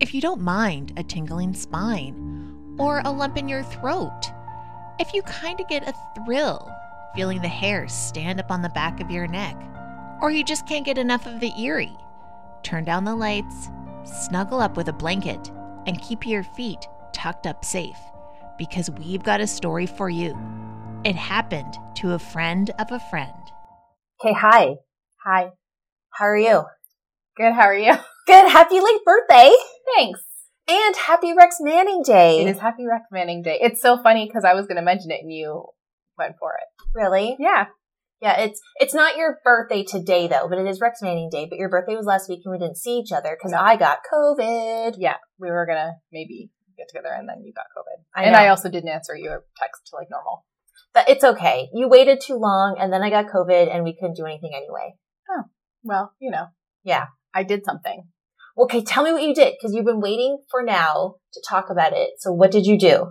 if you don't mind a tingling spine or a lump in your throat, if you kind of get a thrill feeling the hair stand up on the back of your neck, or you just can't get enough of the eerie, turn down the lights, snuggle up with a blanket, and keep your feet tucked up safe because we've got a story for you. It happened to a friend of a friend. Okay, hi. Hi. How are you? Good. How are you? Good. Happy late birthday Thanks. and happy Rex Manning Day. It is Happy Rec Manning Day. It's so funny because I was going to mention it and you went for it. really. Yeah. Yeah, it's it's not your birthday today though, but it is Rex Manning Day. But your birthday was last week, and we didn't see each other because No. I got COVID. Yeah. We were going to maybe get together and then you got COVID. I and know. I also didn't answer your text like normal. But it's okay. You waited too long, and then I got COVID, and we couldn't do anything anyway. Well, you know. Yeah. I did something. Okay, tell me what you did because you've been waiting for now to talk about it. So what did you do?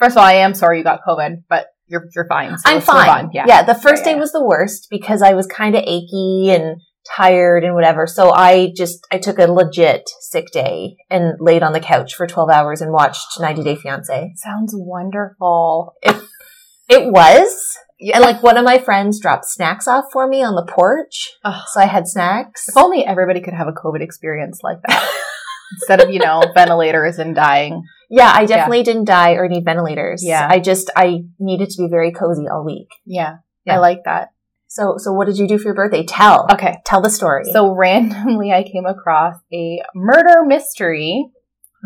First of all, I am sorry you got COVID, but you're, you're fine. So I'm let's move fine. on. Yeah. the first Yeah, day yeah. was the worst because I was kind of achy and tired and whatever. So I just I took a legit sick day and laid on the couch for 12 hours and watched 90 Day Fiancé. Sounds wonderful. It was. Yeah. And like one of my friends dropped snacks off for me on the porch. Ugh. So I had snacks. If only everybody could have a COVID experience like that. Instead of, you know, ventilators and dying. Yeah, I definitely didn't die or need ventilators. Yeah. I just I needed to be very cozy all week. Yeah. Yeah. I like that. So so what did you do for your birthday? Tell. Okay. Tell the story. So randomly, I came across a murder mystery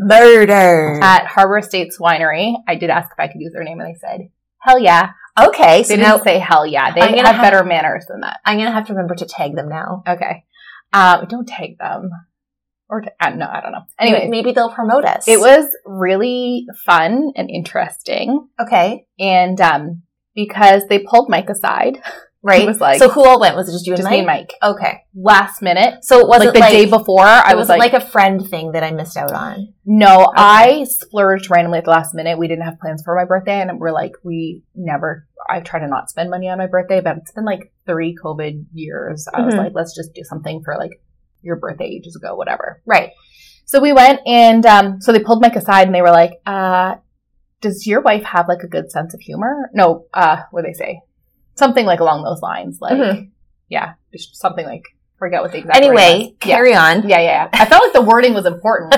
murder. at Harbor State's Winery. I did ask if I could use their name, and they said, "Hell yeah." okay, They so didn't now say "Hell yeah." They I'm gonna have have- better manners than that. I'm gonna have to remember to tag them now. Okay, um, don't take them, or t- uh, no, I don't know. Anyway, maybe they'll promote us. it was really fun and interesting, okay, and um, because they pulled Mike aside, right? It was like- so who all went? Was it just you and just Mike? me and Mike, Okay, last minute, so it like wasn't the day before. I It was wasn't like, a friend thing that I missed out on. No, I splurged randomly at the last minute. We didn't have plans for my birthday, and we're like, we never. I try to not spend money on my birthday, but it's been like three COVID years. I was Mhm. like, let's just do something for like your birthday ages ago, whatever. Right. So we went, and um, so they pulled Mike aside, and they were like, uh, "Does your wife have like a good sense of humor?" No, uh, what do they say? Something like along those lines, like Mhm. yeah, just something like forget what the exact. wording was. Anyway, yeah. carry on. Yeah, yeah. yeah. I felt like the wording was important.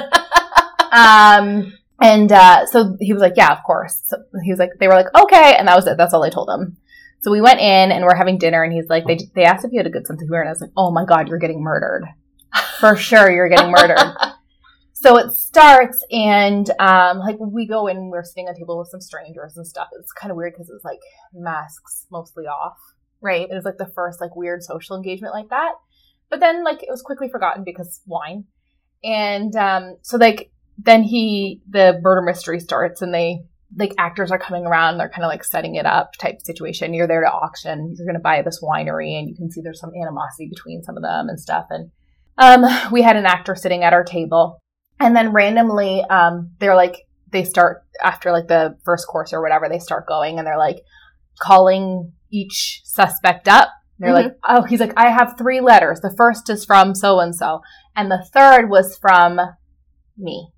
um, and uh, so he was like, "Yeah, of course." So he was like, "They were like, okay," and that was it. That's all I told him. So we went in and we're having dinner, and he's like, "They they asked if you had a good sense of humor," and I was like, "Oh my god, you're getting murdered for sure. You're getting murdered." So it starts, and um, like we go in, we're sitting at a table with some strangers and stuff. It's kind of weird because it was like masks mostly off, Right. it was like the first like weird social engagement like that. But then like it was quickly forgotten because wine. And um so like then he the murder mystery starts and they like actors are coming around, they're kinda like setting it up type situation. You're there to auction, you're gonna buy this winery and you can see there's some animosity between some of them and stuff and um we had an actor sitting at our table and then randomly um they're like they start after like the first course or whatever they start going and they're like calling each suspect up. They're like, oh, he's like, I have three letters. The first is from so and so, and the third was from me.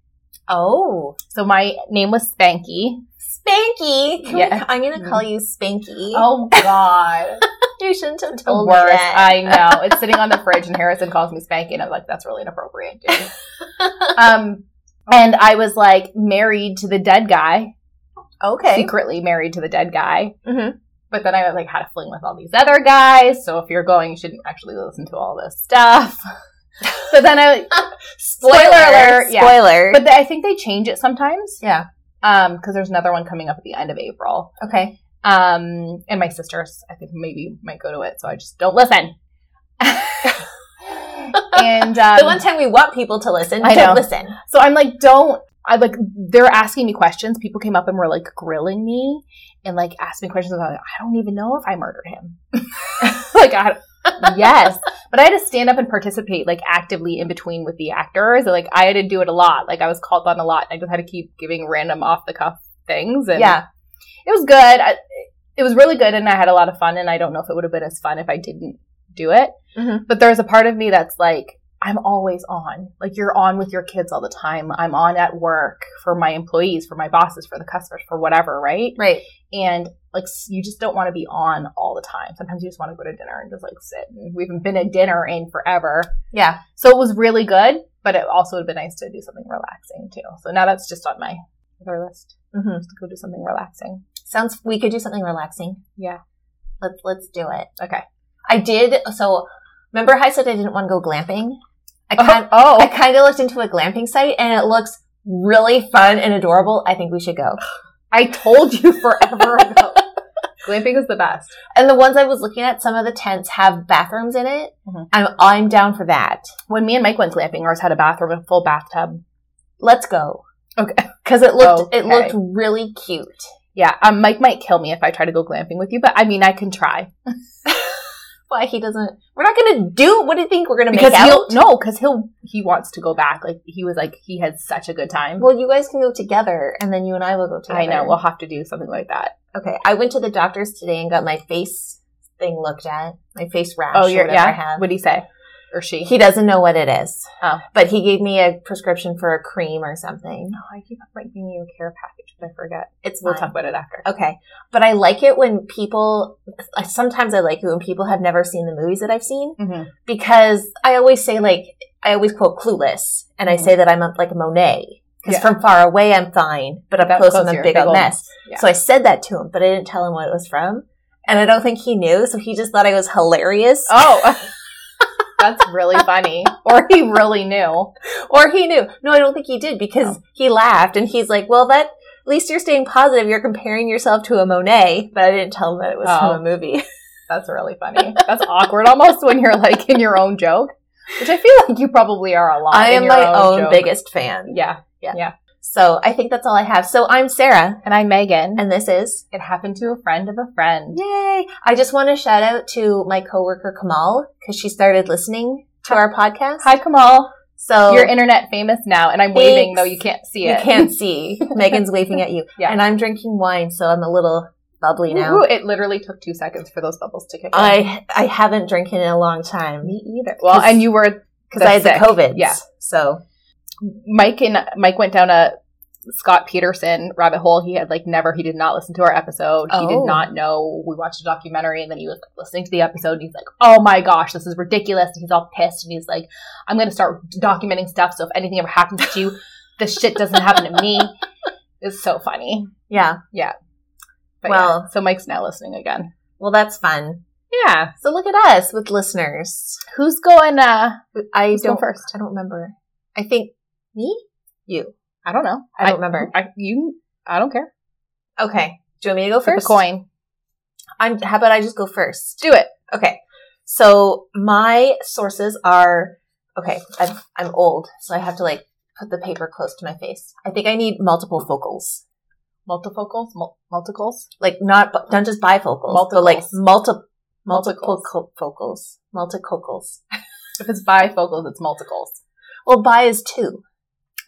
Oh, So my name was Spanky. Spanky. Can we- Yeah. Mm-hmm. I'm gonna call you Spanky. Oh God, you shouldn't have the told me worst. that. I know it's sitting on the fridge, and Harrison calls me Spanky, and I'm like, that's really inappropriate. Dude. um, and I was like married to the dead guy, okay. secretly married to the dead guy. Mhm. But then I like had a fling with all these other guys. So if you're going, you shouldn't actually listen to all this stuff. so then I, Spoiler, alert, yeah. Spoiler. but I think they change it sometimes. Yeah. Um, because there's another one coming up at the end of April. okay. Um, and my sisters, I think maybe might go to it, so I just don't listen. and um, the one time we want people to listen, I don't know. listen. So I'm like, don't. I like they're asking me questions. People came up and were like grilling me and like asked me questions. About, I don't even know if I murdered him. like I, yes, but I had to stand up and participate like actively in between with the actors. And, like I had to do it a lot. Like I was called on a lot. I just had to keep giving random off the cuff things. And Yeah. it was good. I, it was really good, and I had a lot of fun. And I don't know if it would have been as fun if I didn't do it. Mhm. But there's a part of me that's like, I'm always on. Like you're on with your kids all the time. I'm on at work for my employees, for my bosses, for the customers, for whatever, right? Right. And like s- you just don't want to be on all the time. Sometimes you just want to go to dinner and just like sit. And we haven't been at dinner in forever. Yeah. So it was really good, but it also would have been nice to do something relaxing too. So now that's just on my other list. hmm Just to go do something relaxing. Sounds we could do something relaxing. Yeah. Let's let's do it. Okay. I did. So remember, how I said I didn't want to go glamping. I Oh, kind oh. I kind of looked into a glamping site, and it looks really fun and adorable. I think we should go. I told you forever ago. Glamping is the best. And the ones I was looking at, some of the tents have bathrooms in it. Mhm. I'm I'm down for that. When me and Mike went glamping, ours had a bathroom, a full bathtub. Let's go. Okay. Because it looked it Okay. looked really cute. Yeah, um, Mike might kill me if I try to go glamping with you, but I mean, I can try Why he doesn't? We're not gonna do. What do you think we're gonna because make he'll out? no, because he'll he wants to go back. Like he was like he had such a good time. Well, you guys can go together, and then you and I will go together. I know we'll have to do something like that. Okay, I went to the doctor's today and got my face thing looked at. My face rash. oh, or you're whatever I yeah. have. What do you say or she? He doesn't know what it is. Oh. But he gave me a prescription for a cream or something. oh, I keep bringing you a care package, but I forget. It's We'll fine. talk about it after. Okay. But I like it when people, I- sometimes I like it when people have never seen the movies that I've seen Mm-hmm. because I always say, like, I always quote Clueless and I Mhm. say that I'm a, like a Monet because Yeah. from far away I'm fine, but up close I'm a big, old mess. Yeah. So I said that to him, but I didn't tell him what it was from. And I don't think he knew, so he just thought I was hilarious. oh, that's really funny. Or he really knew. Or he knew. No, I don't think he did because Oh. he laughed and he's like, well, that, at least you're staying positive. You're comparing yourself to a Monet, but I didn't tell him that it was Oh. from a movie. That's really funny. That's awkward almost when you're like in your own joke, which I feel like you probably are a lot. I in am your my own, joke. biggest fan. Yeah. So I think that's all I have. So I'm Sarah And I'm Megan. and this is it happened to a friend of a friend. Yay. I just want to shout out to my coworker Kamal because she started listening to our podcast. Hi, Kamal. So You're internet famous now, and I'm Oh. Thanks. waving though you can't see you it. can't see. Megan's waving at you. Yeah. And I'm drinking wine, so I'm a little bubbly now. Woo-hoo. It literally took two seconds for those bubbles to kick in. I I haven't drank in a long time. Me either. well, and you were because I had the sick. COVID. Yeah. So Mike and Mike went down a Scott Peterson rabbit hole. He had like never, he did not listen to our episode. He Oh. did not know. We watched a documentary and then he was like listening to the episode and he's like, oh my gosh, this is ridiculous. And he's all pissed and he's like, I'm going to start documenting stuff. So if anything ever happens to you, this shit doesn't happen to me. It's so funny. yeah. But Well- well, so Mike's now listening again. Well, that's fun. Yeah. So look at us with listeners. Who's going, uh, I Who's going don't. first? I don't remember. I think me, you. I don't know. I don't remember. I, you, I don't care. Okay. Do you want me to go Flip a first? coin. I'm. How about I just go first? Do it. Okay. So my sources are okay. I've, I'm old, so I have to like put the paper close to my face. I think I need multiple focals, Multifocals? Mul- multicles? like not bu- not just bifocals, but like Multiples. multi multiple Multiples. co- focals, multicocals. If it's bifocals, it's multicles. Well, bi is two.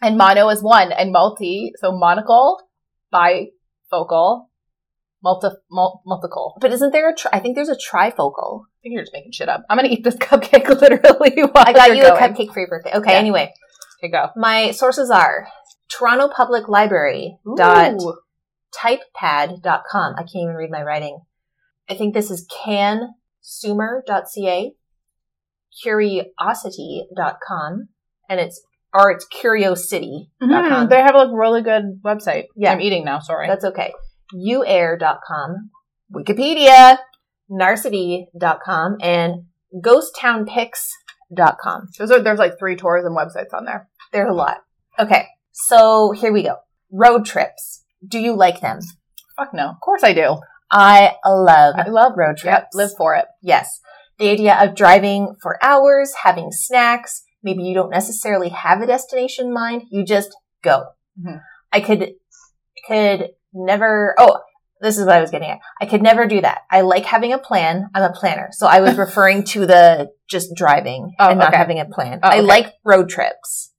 And mono is one, and multi, so monocle, bifocal, multi, mul- multiple. But isn't there a? Tri- I think there's a trifocal. I think you're just making shit up. I'm gonna eat this cupcake literally while I got Oh, you're you going. a cupcake for your birthday. Okay. Yeah. Anyway, Okay, go. My sources are Toronto Public Library Ooh. dot typepad.com. I can't even read my writing. I think this is cansumer.ca, curiosity.com, and it's or it's curiosity.com. Mhm, They have like really good website. Yeah. I'm eating now. Sorry. That's okay. uair.com, Wikipedia, narcity.com, and ghosttownpics.com. Those are there's like three tourism websites on there. There are a lot. Okay, so here we go. Road trips. Do you like them? Fuck no. Of course I do. I love I love Uh, road trips. Yep, live for it. Yes. The idea of driving for hours, having snacks. Maybe you don't necessarily have a destination in mind. You just go. Mhm. I could, could never. Oh, this is what I was getting at. I could never do that. I like having a plan. I'm a planner. So I was referring to the just driving Oh, and not okay. having a plan. Oh, I okay. like road trips,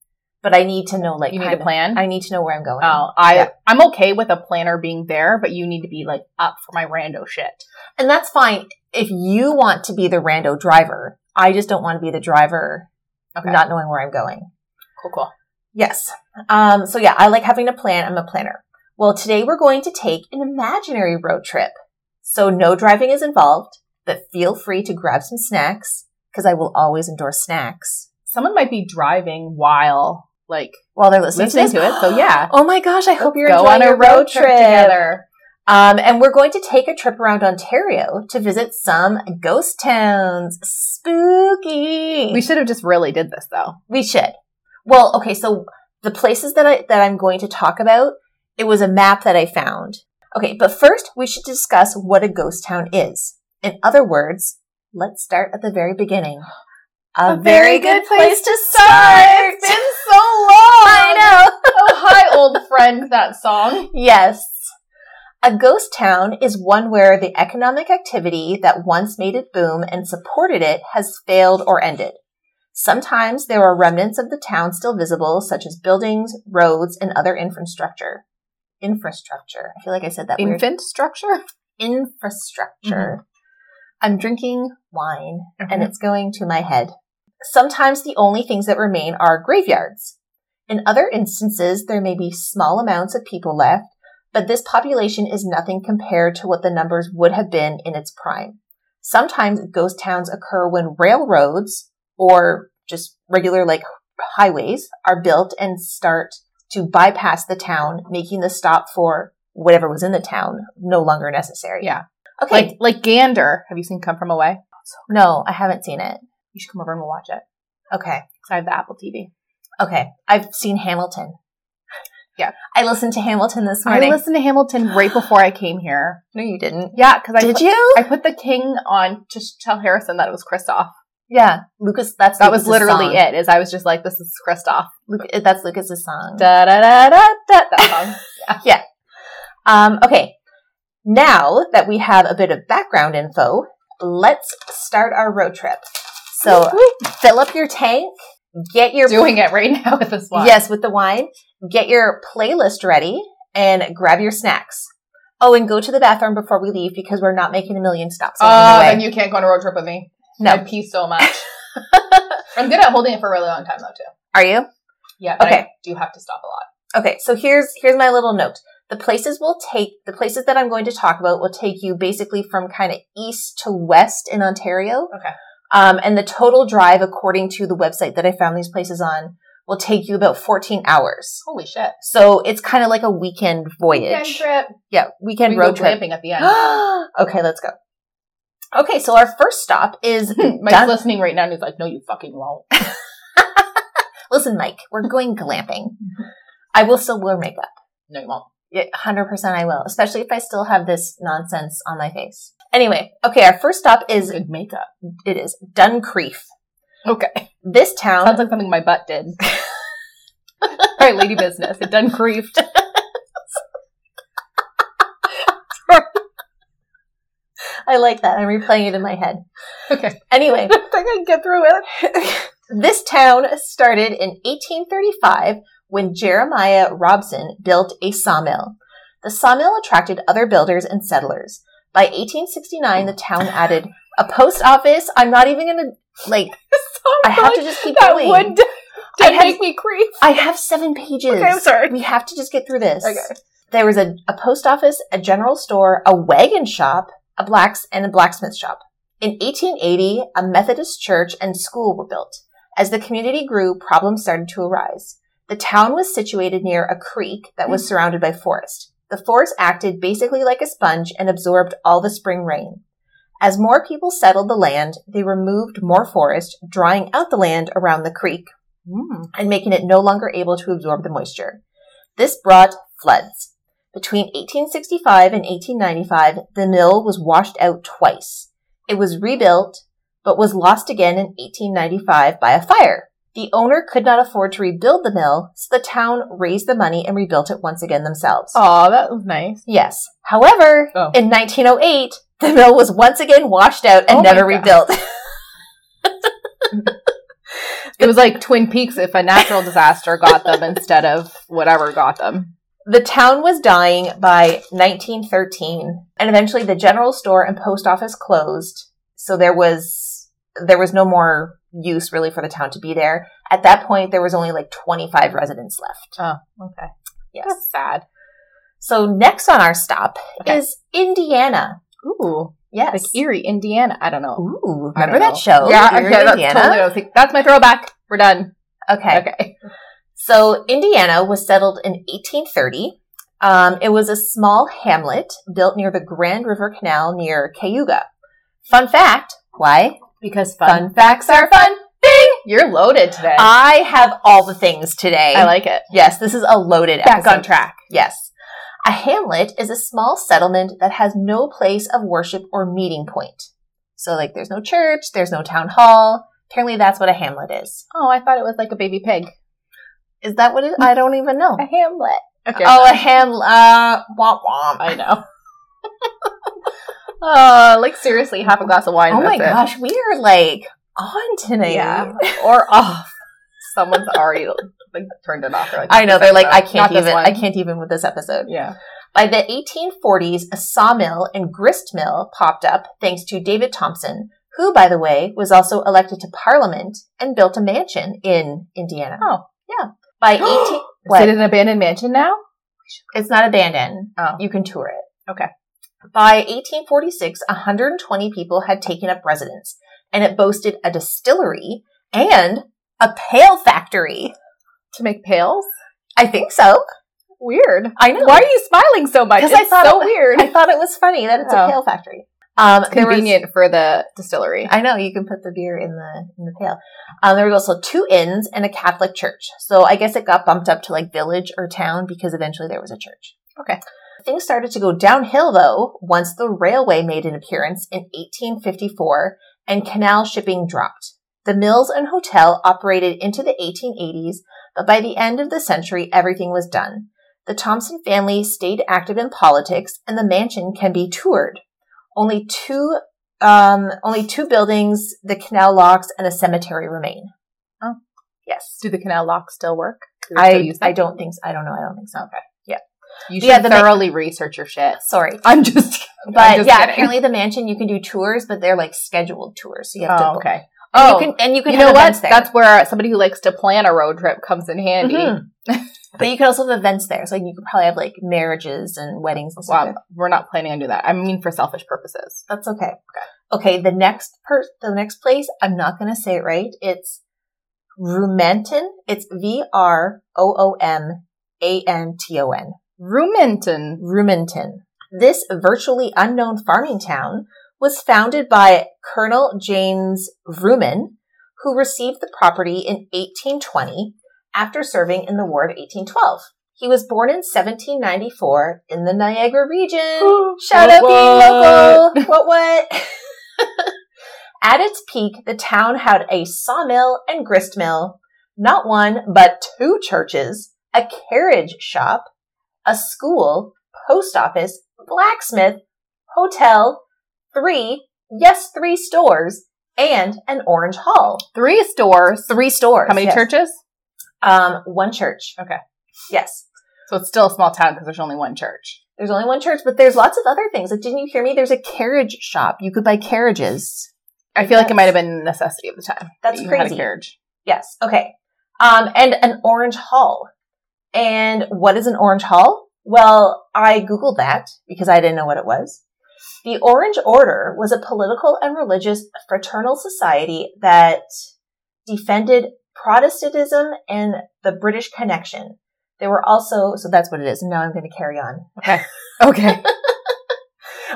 but I need to know like You need kind a of- plan. I need to know where I'm going. oh, I Yeah. I'm okay with a planner being there, but you need to be like up for my rando shit. And that's fine if you want to be the rando driver. I just don't want to be the driver Okay. not knowing where I'm going. cool, cool. Yes. Um, so yeah, I like having a plan. I'm a planner. Well, today we're going to take an imaginary road trip. So no driving is involved, but feel free to grab some snacks because I will always endorse snacks Someone might be driving while like while they're listening, listening to, to it. So yeah, Oh my gosh, I hope you're go enjoying on a your road trip, together. Um, and we're going to take a trip around Ontario to visit some ghost towns. Spooky. We should have just really did this though. We should. Well, okay, so the places that I that I'm going to talk about, it was a map that I found. Okay, but first we should discuss what a ghost town is. In other words, let's start at the very beginning. A, very, good place, to start. It's been so long. I know. oh, hi, old friend. That song. Yes. A ghost town is one where the economic activity that once made it boom and supported it has failed or ended. Sometimes there are remnants of the town still visible, such as buildings, roads, and other infrastructure. Infrastructure. I feel like I said that weird. Infant structure. Infrastructure. I'm drinking wine and Mhm. it's going to my head. Sometimes the only things that remain are graveyards. In other instances, there may be small amounts of people left, but this population is nothing compared to what the numbers would have been in its prime. Sometimes ghost towns occur when railroads or just regular like highways are built and start to bypass the town, making the stop for whatever was in the town no longer necessary. Yeah. Okay. Like like Gander. Have you seen Come From Away? no, I haven't seen it. You should come over and we'll watch it. Okay. 'Cause I have the Apple TV. Okay. I've seen Hamilton. Yeah. I listened to Hamilton this I morning. listened to Hamilton right before I came here. no, you didn't. Yeah, because I Did put, you? I put the king on to sh- tell Harrison that it was Kristoff. yeah. Lucas, that's That was Lucas's literally song. it. Is I was just like, this is Kristoff. Luc- that's Lucas's song. Da da da da da. That song. Um, okay. Now that we have a bit of background info, let's start our road trip. So fill up your tank, get your You're doing it right now with this one. Yes, with the wine. Get your playlist ready and grab your snacks. Oh, and go to the bathroom before we leave because we're not making a million stops Oh, along the way. then you can't go on a road trip with me. I no, pee so much. I'm good at holding it for a really long time though too. are you? Yeah. But I Okay. do have to stop a lot. Okay, so here's here's my little note. The places will take the places that I'm going to talk about will take you basically from kind of east to west in Ontario. Okay. Um, and the total drive, according to the website that I found these places on, will take you about 14 hours. Holy shit. So it's kind of like a weekend voyage. Weekend trip. Yeah, weekend we road go trip. glamping at the end. okay, let's go. Okay, so our first stop is Mike's Done. listening right now and he's like, no, you fucking won't. listen, Mike, we're going glamping. Mm-hmm. I will still wear makeup. No, you won't. Hundred percent, I will, especially if I still have this nonsense on my face. Anyway, okay, our first stop is Good makeup. it is Duncrief. Okay. This town, Sounds like something my butt did. All right, lady business. It done griefed. I like that. I'm replaying it in my head. Okay. Anyway, I think I can get through it. this town started in 1835 when Jeremiah Robson built a sawmill. The sawmill attracted other builders and settlers. By 1869, the town added a post office. I'm not even gonna like. I have to just keep that going. would did I had- make me creep. I have seven pages. Okay, I'm sorry. We have to just get through this. Okay. There was a, a post office, a general store, a wagon shop, a blacks, and a blacksmith shop. In 1880, a Methodist church and school were built. As the community grew, problems started to arise. The town was situated near a creek that was surrounded by forest. The forest acted basically like a sponge and absorbed all the spring rain. As more people settled the land, they removed more forest, drying out the land around the creek Mm. and making it no longer able to absorb the moisture. This brought floods. Between 1865 and 1895, the mill was washed out twice. It was rebuilt, but was lost again in 1895 by a fire. The owner could not afford to rebuild the mill, so the town raised the money and rebuilt it once again themselves. Oh, that was nice. Yes. However, Oh. in 1908, the mill was once again washed out and Oh my never God. rebuilt. It was like Twin Peaks if a natural disaster got them instead of whatever got them. The town was dying by 1913, and eventually the general store and post office closed. So there was there was no more use really for the town to be there. At that point, there was only like 25 residents left. Oh, okay. Yes. That's sad. So next on our stop Okay. is Indiana. Ooh. Yes. Like Erie, Indiana. I don't know. Ooh, I remember don't know. that show? Yeah, Erie, okay, that's Indiana? totally what I was thinking. That's my throwback. We're done. Okay. okay. So Indiana was settled in 1830. Um, it was a small hamlet built near the Grand River Canal near Cayuga. Fun fact. Why? Because Fun, fun. facts are fun. You're loaded today. I have all the things today. I like it. Yes, this is a loaded Back episode. on track. Yes. A hamlet is a small settlement that has no place of worship or meeting point. So, like, there's no church, there's no town hall. Apparently, that's what a hamlet is. Oh, I thought it was like a baby pig. Is that what it? I don't even know. A hamlet. Okay. Oh, a ham. Uh, womp womp. I know. Oh, like seriously, half a glass of wine. oh my that's gosh, it. we are like on tonight. Yeah. Or off. Someone's already like turned it off. They're like, I know. They're like, I Not can't this even. one. I can't even with this episode. Yeah. By the 1840s, a sawmill and grist mill popped up thanks to David Thompson, who, by the way, was also elected to Parliament and built a mansion in Indiana. Oh. yeah. By 18, Is it what? an abandoned mansion now? It's not abandoned. Oh. You can tour it. Okay. By 1846, 120 people had taken up residence, and it boasted a distillery and a pail factory. To make pails? I think so. Weird. I know. Why are you smiling so much? 'Cause It's I thought so it- weird. I thought it was funny that it's Oh. a pail factory. Um, It's there was- convenient for the distillery. I know you can put the beer in the in the pail. Um, there was also two inns and a Catholic church. So I guess it got bumped up to like village or town because eventually there was a church. Okay. Things started to go downhill though once the railway made an appearance in 1854 and canal shipping dropped. The mills and hotel operated into the 1880s, but by the end of the century everything was done. The Thompson family stayed active in politics and the mansion can be toured. Only two um, only two buildings, the canal locks, and a cemetery remain. Oh. Yes. Do the canal locks still work? Do they still I, use them? I don't think so. I don't know. I don't think so. Okay. Yeah. You should Yeah, the ma- thoroughly research your shit. Sorry. I'm just. I'm But just yeah, kidding. apparently the mansion you can do tours, but they're like scheduled tours. So you have to Oh, book. okay. And Oh, you can and you can you have know what? events there. That's where uh, somebody who likes to plan a road trip comes in handy. Mhm. but you can also have events there. So you could probably have like marriages and weddings and stuff. Well, we're not planning on doing that. I mean, for selfish purposes. That's okay. Okay. Okay, the next per the next place, I'm not gonna say it right. It's Rumenton. It's V R O O M A N T O N. Rumenton. Rumenton. This virtually unknown farming town was founded by Colonel James Rumen, who received the property in 1820 after serving in the War of 1812. He was born in 1794 in the Niagara region. Shout out being local. What what? At its peak, the town had a sawmill and grist mill, not one, but two churches, a carriage shop, a school, post office, blacksmith, hotel, three, yes, three stores, and an orange hall. Three stores. Three stores. How many yes. churches? Um, one church. Okay. Yes. So it's still a small town because there's only one church. There's only one church, but there's lots of other things. Like, didn't you hear me? There's a carriage shop. You could buy carriages. I feel like it That's- might have been a necessity of the time. That's that you had a crazy. carriage. Yes. Okay. Um, and an orange hall. And what is an orange hall? Well, I Googled that because I didn't know what it was. The Orange Order was a political and religious fraternal society that defended Protestantism and the British connection. There were also, so that's what it is. Now I'm going to carry on. Okay.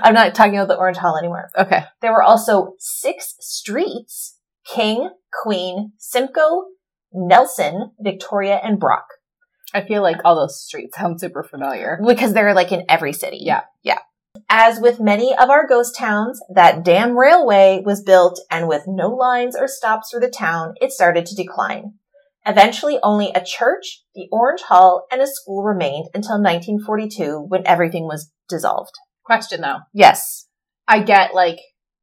I'm not talking about the Orange Hall anymore. okay. There were also six streets King, Queen, Simcoe, Nelson, Victoria, and Brock I feel like all those streets sound super familiar. because they're like in every city. Yeah. Yeah. As with many of our ghost towns, that damn railway was built and with no lines or stops through the town, it started to decline. Eventually, only a church, the Orange Hall, and a school remained until 1942 when everything was dissolved. Question though. Yes. I get like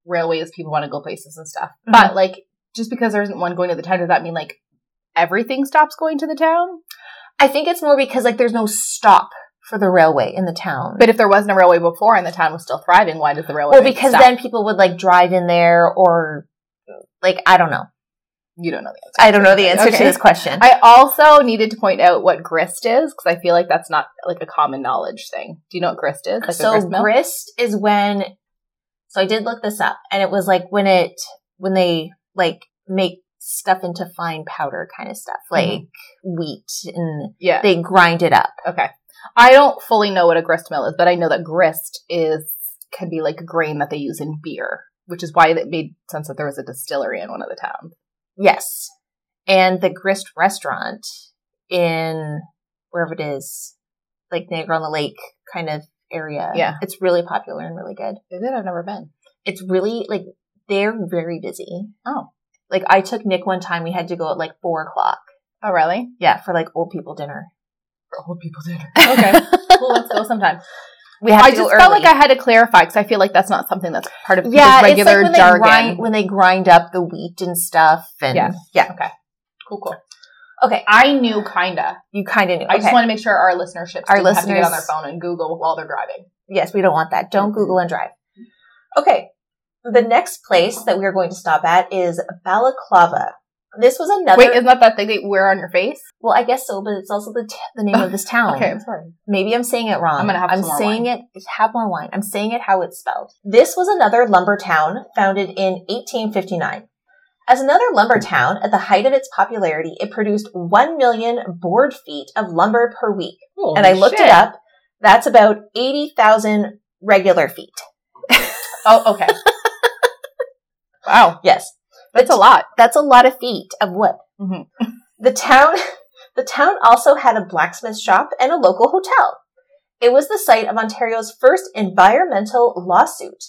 railways, people want to go places and stuff. But like just because there isn't one going to the town, does that mean like everything stops going to the town? I think it's more because like there's no stop for the railway in the town. But if there wasn't a railway before and the town was still thriving, why does the railway? Well, make it because stop? then people would like drive in there or like I don't know. You don't know the answer. I don't know the answer to Okay. this question. I also needed to point out what grist is because I feel like that's not like a common knowledge thing. Do you know what grist is? Like a so grist mill? grist is when. So I did look this up, and it was like when it when they like make stuff into fine powder kind of stuff, Mm-hmm. like wheat, and Yeah. they grind it up. okay. I don't fully know what a grist mill is, but I know that grist is can be like a grain that they use in beer, which is why it made sense that there was a distillery in one of the towns. Yes, and the grist restaurant in wherever it is, like Niagara on the Lake kind of area. Yeah. it's really popular and really good. Is it? I've never been. It's really like they're very busy. Oh. Like I took Nick one time. We had to go at like four o'clock. Oh, really? Yeah, for like old people dinner. For old people dinner. Okay. well, let's go sometime. We have I to just go early. felt like I had to clarify because I feel like that's not something that's part of yeah, people's regular it's like when jargon. they grind when they grind up the wheat and stuff, and Yeah. yeah, Cool, cool. Okay. I knew kinda. you kind of knew. I just Okay. want to make sure our listenerships Our our listeners have to get on their listeners- phone and Google while they're driving. yes, we don't want that. Mm-hmm. Don't Google and drive. Okay, the next place that we are going to stop at is Balaclava. This was another. Wait, isn't that that thing they wear on your face? well, I guess so, but it's also the t- the name of this town. Okay, Oh, I'm sorry. Maybe I'm saying it wrong. I'm gonna have I'm some more saying it. Have more wine. I'm saying it how it's spelled. This was another lumber town founded in 1859. As another lumber town, at the height of its popularity, it produced 1 million board feet of lumber per week. and I looked it up. That's about 80,000 regular feet. Oh, okay. wow, Yes. that's a lot. That's a lot of feet of wood. Mhm. The town, the town also had a blacksmith shop and a local hotel. It was the site of Ontario's first environmental lawsuit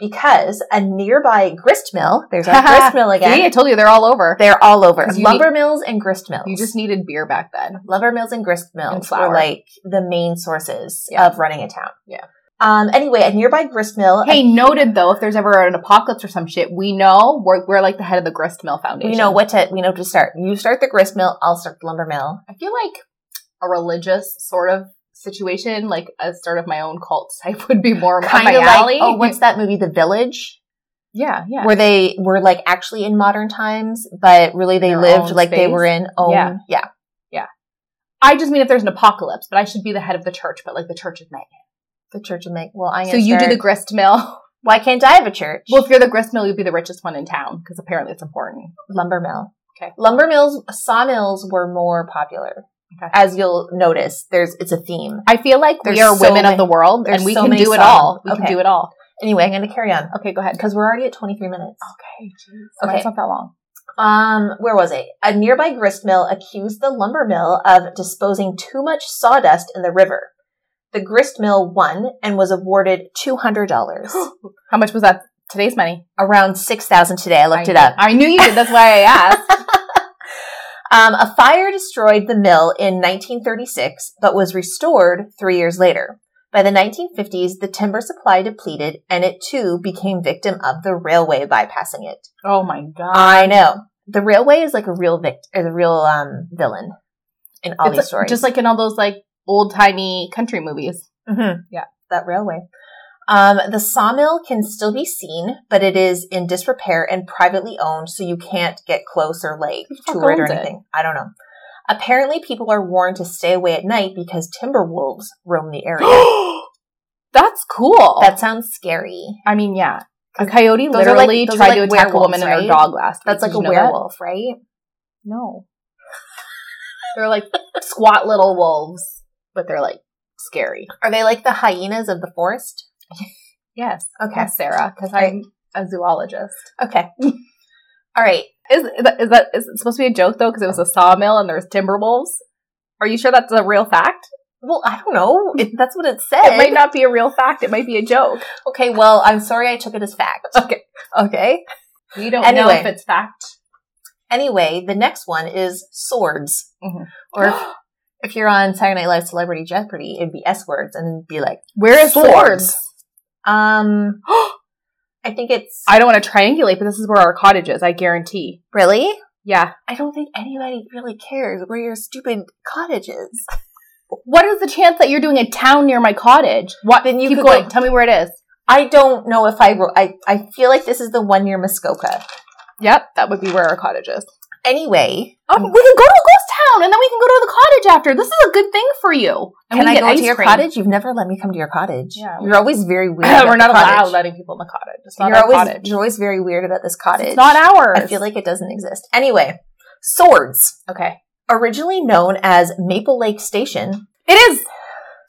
because a nearby grist mill, there's our grist mill See, I again, told you they're all over. they're all over. 'Cause you Lumber mills and grist mills. You just needed beer back then. lumber mills and grist mills flour. were like the main sources Yeah. of running a town. Yeah. Um, anyway, a nearby grist mill. Hey, noted though, if there's ever an apocalypse or some shit, we know we're, we're like the head of the grist mill foundation. we know what to we know to start. You start the grist mill, I'll start the lumber mill. I feel like a religious sort of situation, like a sort of my own cult type, would be more up my Kinda like- alley. oh, what's that movie, The Village? yeah, yeah. Where they were like actually in modern times, but really they Their lived own like they space? were in own. Yeah. Yeah. I just mean if there's an apocalypse, but I should be the head of the church, but like the church is Megan. The church of Meg. Well, I am. So you do the grist mill. Why can't I have a church? Well, if you're the grist mill, you'll be the richest one in town because apparently it's important. lumber mill. Okay. Lumber mills, sawmills were more popular. Okay. As you'll notice, there's it's a theme. I feel like There's we are so women many- of the world there's and we so can many do it songs. all. We can Okay. do it all. Anyway, I'm going to carry on Okay, go ahead. because we're already at 23 minutes. Okay, jeez. Okay. That's not that long. Um, where was I? A nearby grist mill accused the lumber mill of disposing too much sawdust in the river. The grist mill won and was awarded two hundred dollars, How much was that? Today's money. around six thousand today. I looked I it up. I knew you did. That's why I asked. Um, a fire destroyed the mill in 1936, but was restored three years later. By the 1950s, the timber supply depleted, and it too became victim of the railway bypassing it. oh my god. I know the railway is like a real vict- is a real um villain in all It's these stories. just like in all those like old timey country movies. Mm-hmm. Yeah. that railway. Um, the sawmill can still be seen, but it is in disrepair and privately owned, so you can't get close or like Who the fuck to it or owns it? anything. I don't know. Apparently, people are warned to stay away at night because timber wolves roam the area. That's cool. that sounds scary. I mean, yeah. A coyote those are like- literally those are tried like to attack a woman werewolves, and her right? dog last week. That's like a Did you know that? werewolf, right? No. they're like squat little wolves, but they're like scary. Are they like the hyenas of the forest? Yes. Okay. Yes, Sarah, because I'm a zoologist. Okay. All right. Is, is that- is that is it supposed to be a joke though? Because it was a sawmill and there's timber wolves. Are you sure that's a real fact? Well, I don't know. It, that's what it It might said. not be a real fact. It might be a joke. okay. Well, I'm sorry I took it as fact. Okay. Okay. We don't know Anyway. if it's fact. Anyway, the next one is swords. Mhm. Or if, if you're on Saturday Night Live Celebrity Jeopardy, it'd be S words and be like, Where is swords? Swords. um, I think it's. I don't want to triangulate, but this is where our cottage is. I guarantee. really? Yeah. I don't think anybody really cares where your stupid cottage is. What is the chance that you're doing a town near my cottage? What? Then you keep could going. go- Tell me where it is. I don't know if I wrote. I, I feel like this is the one near Muskoka. Yep, that would be where our cottage is. Anyway, Um, we can go to Ghost Town, and then we can go to the cottage after. This is a good thing for you. And can we I get go to ice your cream. cottage? You've never let me come to your cottage. Yeah. You're always very weird. about We're the not allowed cottage. letting people in the cottage. It's not You're our always cottage. you're always very weird about this cottage. It's not ours. I feel like it doesn't exist. Anyway, swords, okay. originally known as Maple Lake Station. It is.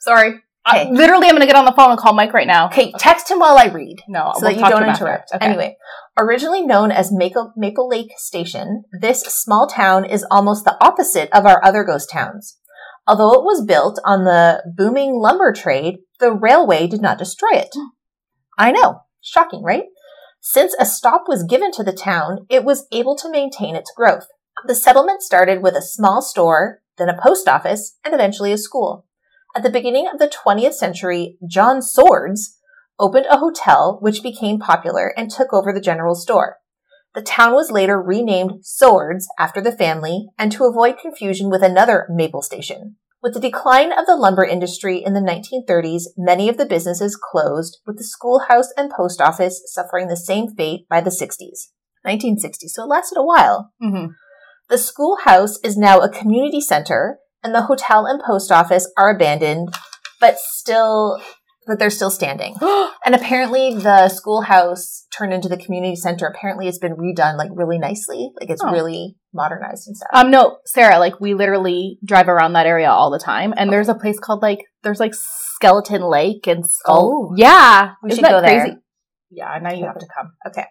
Sorry. I- Okay. literally, I'm going to get on the phone and call Mike right now. Okay, text him while I read. No, so we'll that you talk to don't him after. interrupt. Okay. Anyway, originally known as Maple, Maple Lake Station, this small town is almost the opposite of our other ghost towns. Although it was built on the booming lumber trade, the railway did not destroy it. I know, shocking, right? Since a stop was given to the town, it was able to maintain its growth. The settlement started with a small store, then a post office, and eventually a school. At the beginning of the 20th century, John Swords, opened a hotel which became popular and took over the general store. The town was later renamed Swords after the family and to avoid confusion with another maple station. With the decline of the lumber industry in the 1930s, many of the businesses closed, with the schoolhouse and post office suffering the same fate by the 60s. 1960s, so it lasted a while. Mhm. The schoolhouse is now a community center, and the hotel and post office are abandoned, but still, but they're still standing. And apparently, the schoolhouse turned into the community center. Apparently, it's been redone like really nicely. Like it's Oh. really modernized and stuff. Um, no, Sarah, like we literally drive around that area all the time, and there's a place called like there's like Skeleton Lake and Skull. Oh. yeah, We should go there. Yeah, now you have to come. Okay,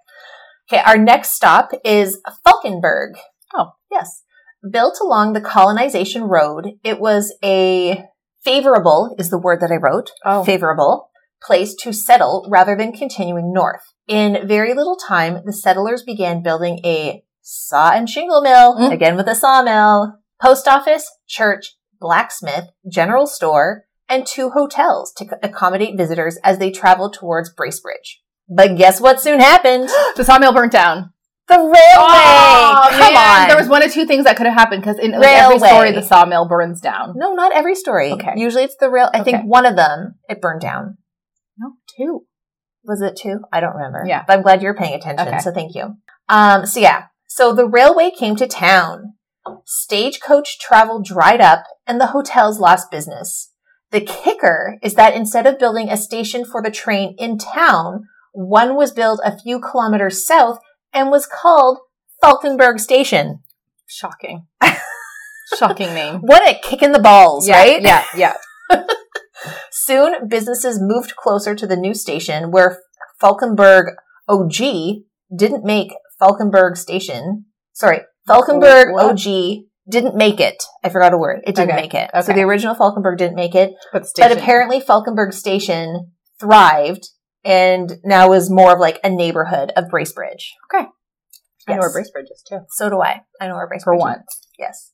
our next stop is Falkenberg. Oh. yes. Built along the colonization road, it was a favorable is the word that I wrote. Oh, favorable place to settle rather than continuing north. In very little time, the settlers began building a saw and shingle mill, Mm. again with a sawmill, post office, church, blacksmith, general store, and two hotels to accommodate visitors as they traveled towards Bracebridge. But guess what soon happened? the sawmill burnt down. Oh, The railway! Come man. on! There was one of two things that could have happened because in like, every Railway. story, the sawmill burns down. no, not every story. Okay. Usually it's the rail. I Okay. think one of them, it burned down. No, two. Was it two? I don't remember. Yeah. But I'm glad you're paying attention. Okay. So thank you. Um, so yeah. So the railway came to town. Stagecoach travel dried up and the hotels lost business. The kicker is that instead of building a station for the train in town, one was built a few kilometers south and was called Falkenberg Station. Shocking. Shocking name. What a kick in the balls, yeah, right? Yeah, yeah. Soon, businesses moved closer to the new station where Falkenberg OG didn't make Falkenberg Station. Sorry, Falkenberg What? OG didn't make it. I forgot a word. It didn't Okay, make it. So okay. the original Falkenberg didn't make it. But, station. But apparently, Falkenberg Station thrived and now is more of like a neighborhood of Bracebridge. Okay. I know where Yes. Bracebridge is too. So do I. I know where Bracebridge For is. once. Yes.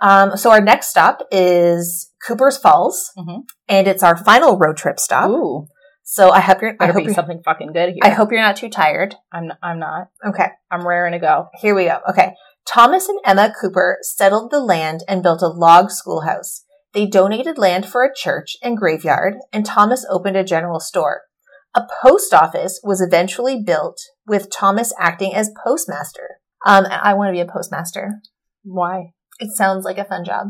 Um, so our next stop is Cooper's Falls, Mhm. and it's our final road trip stop. Ooh, So I hope you're. I better hope be you're, something fucking good here. I hope you're not too tired. I'm. I'm not. Okay, I'm raring to go. here we go. Okay, Thomas and Emma Cooper settled the land and built a log schoolhouse. They donated land for a church and graveyard, and Thomas opened a general store. A post office was eventually built, with Thomas acting as postmaster. Um, and I want to be a postmaster. Why? It sounds like a fun job.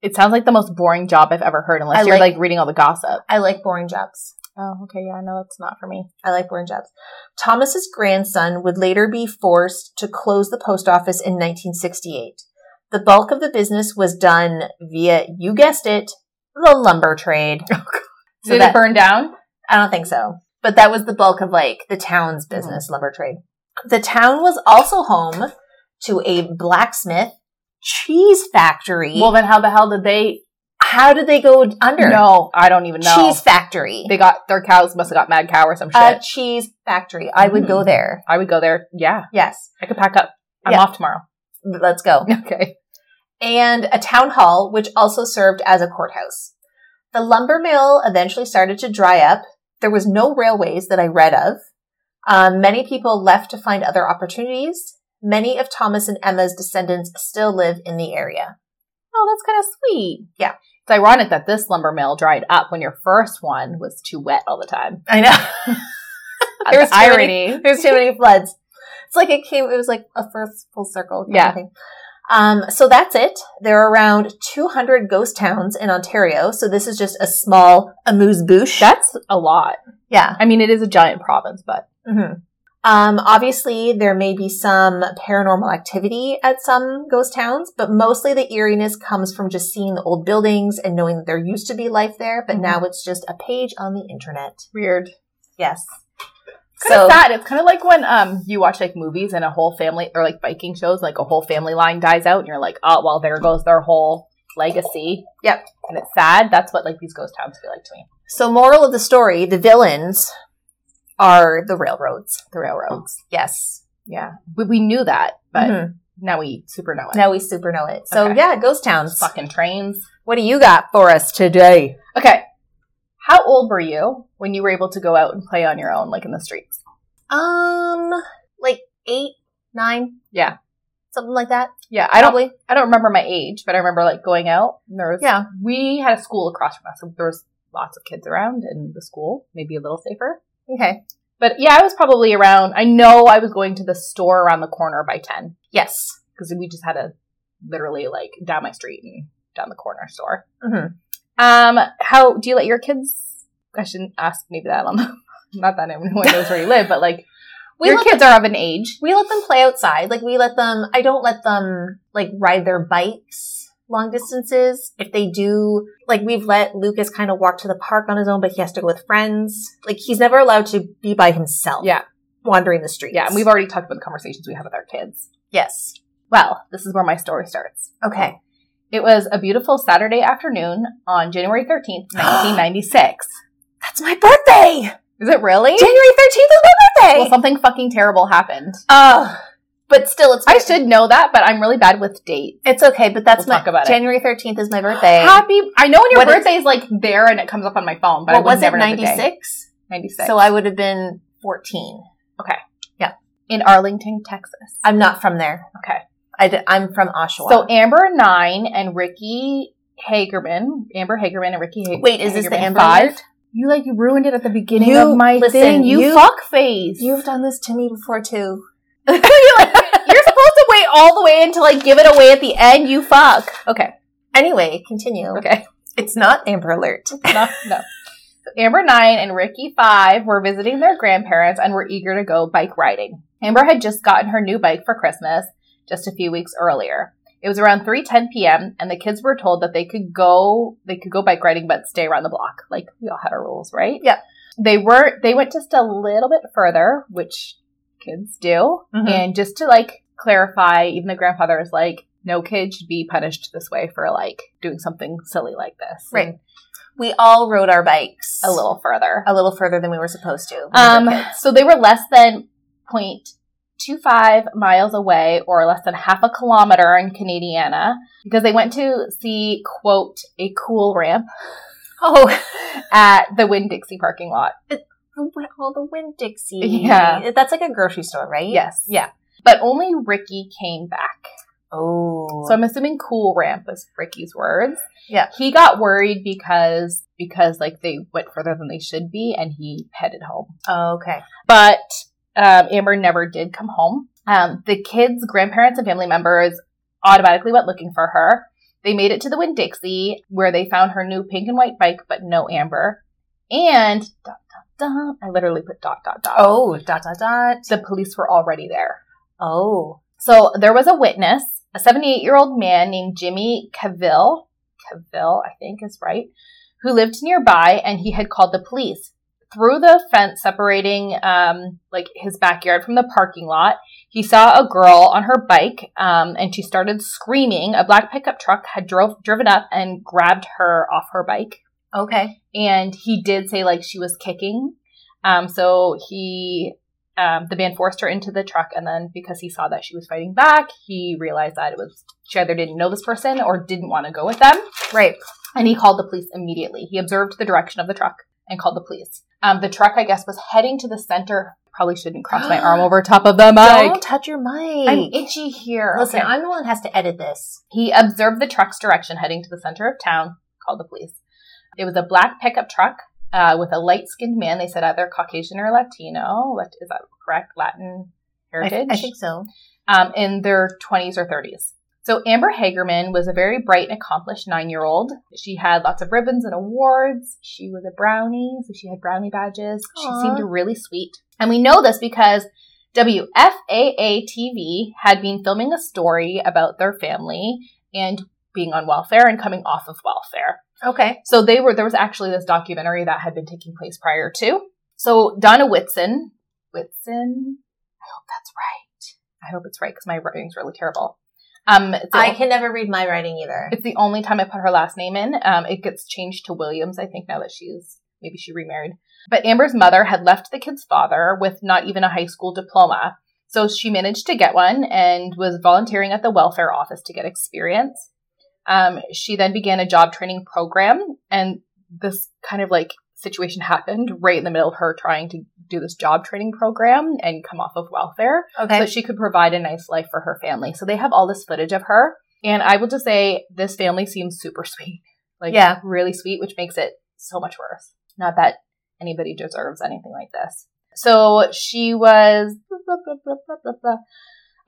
It sounds like the most boring job I've ever heard, unless I you're like- like reading all the gossip. I like boring jobs. Oh, okay, yeah, no, that's not for me. I like boring jobs. Thomas's grandson would later be forced to close the post office in 1968. The bulk of the business was done via, you guessed it, the lumber trade. So Oh, Did that- it burn down? I don't think so. But that was the bulk of like the town's Mm-hmm. business, lumber trade. The town was also home to a blacksmith cheese factory. Well, then how the hell did they? how did they go under? No, I don't even know. Cheese factory. They got their cows must have got mad cow or some shit. a cheese factory. I would go Mm. there. I would go there. Yeah, Yes. I could pack up. I'm Yeah. off tomorrow. Let's go. Okay. and a town hall, which also served as a courthouse. The lumber mill eventually started to dry up. There was no railways that I read of. Um, many people left to find other opportunities. Many of Thomas and Emma's descendants still live in the area. Oh, that's kind of sweet. Yeah. It's ironic that this lumber mill dried up when your first one was too wet all the time. I know. That's There's too many- irony. There's too many floods. it's like it came. It was like a first full circle. Kind Yeah. Of thing. Um, so that's it. There are around 200 ghost towns in Ontario. So this is just a small amuse bouche. That's a lot. yeah. I mean, it is a giant province, but hmm Um, obviously, there may be some paranormal activity at some ghost towns, but mostly the eeriness comes from just seeing the old buildings and knowing that there used to be life there, but Mhm. now it's just a page on the internet. weird. Yes. Kind of sad. It's kind of like when um you watch like movies and a whole family or like Viking shows, like a whole family line dies out, and you're like, oh well, there goes their whole legacy. Yep. And it's sad. That's what like these ghost towns feel like to me. so moral of the story: the villains are the railroads. The railroads. Yes, Yeah. We, we knew that, but Mhm. now we super know it. now we super know it. So Okay. yeah, ghost towns. Fucking trains. What do you got for us today? Okay. How old were you when you were able to go out and play on your own, like in the streets? Um, like eight, nine, Yeah. something like that. Yeah, I don't. Probably. I don't remember my age, but I remember like going out. And there was Yeah. We had a school across from us, so there was lots of kids around, and the school maybe a little safer. Okay. But yeah, I was probably around. I know I was going to the store around the corner by ten Yes. because we just had a literally like down my street and down the corner store. Mhm. Um, how do you let your kids? I shouldn't ask maybe that on the. Not that anyone knows where you live, but like We your let kids are of an age. We let them play outside. Like we let them. I don't let them like ride their bikes long distances. If they do, like we've let Lucas kind of walk to the park on his own, but he has to go with friends. Like he's never allowed to be by himself. Yeah. wandering the streets. Yeah, and we've already talked about the conversations we have with our kids. yes. Well, this is where my story starts. Okay. It was a beautiful Saturday afternoon on January 13th, 1996. That's my birthday. Is it really? January thirteenth is my birthday. Well, something fucking terrible happened. oh, but still, it's. I should know that, but I'm really bad with dates. It's okay, but that's We'll my talk about it. January thirteenth is my birthday. Happy. I know when your What is- birthday is, like there and it comes up on my phone, but I what would was it? never know the Ninety day. six. 96. So I would have been fourteen. in Arlington, Texas. I'm not from there. Okay. I d- I'm from Oshawa. So Amber Nine and Ricky Hagerman, Amber Hagerman and Ricky Hagerman. Wait, is this the Amber I Five? lived? You like ruined it at the beginning You- of my listen, thing. You, you- fuck face. You've done this to me before too. you're, like, you're supposed to wait all the way until like give it away at the end. You fuck. Okay. Anyway, continue. Okay. It's not Amber Alert. No. no. So Amber nine and Ricky five were visiting their grandparents and were eager to go bike riding. Amber had just gotten her new bike for Christmas just a few weeks earlier. It was around 3:10 p.m. and the kids were told that they could go they could go bike riding but stay around the block. Like we all had our rules, right? Yep. They were they went just a little bit further, which kids do. Mhm. And just to like clarify, even the grandfather is like no kid should be punished this way for like doing something silly like this. Right. And We all rode our bikes A little further. a little further than we were supposed to. when we Um, were kids. so they were less than 0.25 miles away or less than half a kilometer in Canadiana because they went to see, quote, a cool ramp oh, at the Winn Dixie parking lot. all the Winn Dixie. Yeah. that's like a grocery store, right? Yes. Yeah. But only Ricky came back. Oh, So I'm assuming cool ramp was Ricky's words. Yeah. He got worried because because like they went further than they should be and he headed home. okay. But um, Amber never did come home. Um, the kids, grandparents, and family members automatically went looking for her. They made it to the Winn Dixie, where they found her new pink and white bike, but no Amber. And dot dot dot. I literally put dot dot dot. Oh, dot dot dot. the police were already there. Oh, So there was a witness, a 78 year old man named Jimmy Cavill, Cavill, I think is right, who lived nearby and he had called the police. Through the fence separating um, like his backyard from the parking lot, he saw a girl on her bike um, and she started screaming. A black pickup truck had drove driven up and grabbed her off her bike okay. and he did say like she was kicking um so he um the man forced her into the truck and then because he saw that she was fighting back he realized that it was she either didn't know this person or didn't want to go with them Right. and he called the police immediately he observed the direction of the truck and called the police um the truck i guess was heading to the center probably shouldn't cross my arm over top of the Don't mic touch your mic. i'm itchy here Listen, Okay. I'm the one that has to edit this. He observed the truck's direction heading to the center of town, called the police. It was a black pickup truck uh, with a light skinned man. They said either Caucasian or Latino. Lat- Is that correct? Latin I, heritage. I think so. um, in their 20s or 30s. So Amber Hagerman was a very bright and accomplished nine-year-old. She had lots of ribbons and awards. She was a brownie, so she had brownie badges. Aw. She seemed really sweet, and we know this because WFAA TV had been filming a story about their family and being on welfare and coming off of welfare. Okay. So they were there was actually this documentary that had been taking place prior to. So Donna Whitson, Whitson, I hope that's right. I hope it's right because my writing's really terrible. Um, it's the, I can never read my writing either. it's the only time I put her last name in. Um, it gets changed to Williams, I think, now that she's maybe she remarried. But Amber's mother had left the kid's father with not even a high school diploma. So she managed to get one and was volunteering at the welfare office to get experience. Um, she then began a job training program, and this kind of like situation happened right in the middle of her trying to do this job training program and come off of welfare Okay. so she could provide a nice life for her family. So they have all this footage of her. And I will just say this family seems super sweet. Like Yeah. really sweet, which makes it so much worse. Not that anybody deserves anything like this. So she was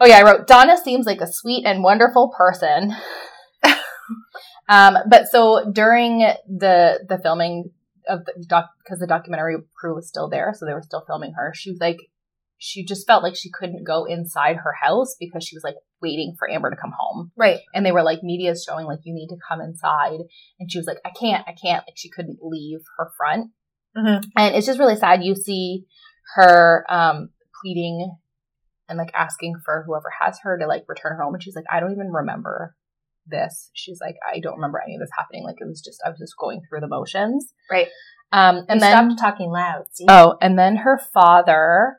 Oh yeah, I wrote Donna seems like a sweet and wonderful person. um, but so during the the filming of the doc because the documentary crew was still there, so they were still filming her. She was like she just felt like she couldn't go inside her house because she was like waiting for Amber to come home. right. And they were like, media's showing like you need to come inside. And she was like, I can't, I can't. Like she couldn't leave her front. Mhm. And it's just really sad. You see her um pleading and like asking for whoever has her to like return her home. And she's like, I don't even remember this. She's like, I don't remember any of this happening. Like it was just I was just going through the motions. Right. Um and And then stopped talking loud. See? Oh, and then her father,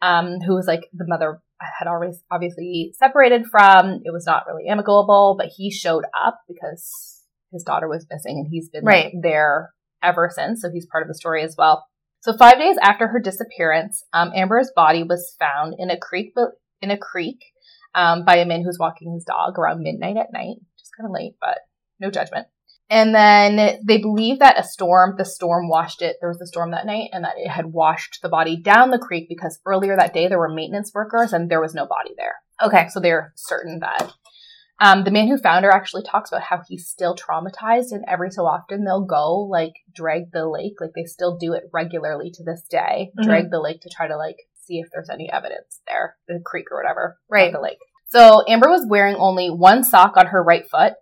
um, who was like the mother had always obviously separated from, it was not really amicable, but he showed up because his daughter was missing and he's been like, Right. there ever since. So he's part of the story as well. So five days after her disappearance, um, Amber's body was found in a creek, in a creek, um, by a man who's walking his dog around midnight at night, just kind of late, but no judgment. And then they believe that a storm, the storm washed it. There was a storm that night, and that it had washed the body down the creek because earlier that day there were maintenance workers and there was no body there. Okay. So they're certain that. Um, the man who found her actually talks about how he's still traumatized, and every so often they'll go like drag the lake, like they still do it regularly to this day, drag the lake to try to like see if there's any evidence there, the creek or whatever, not Right. The lake. So Amber was wearing only one sock on her right foot,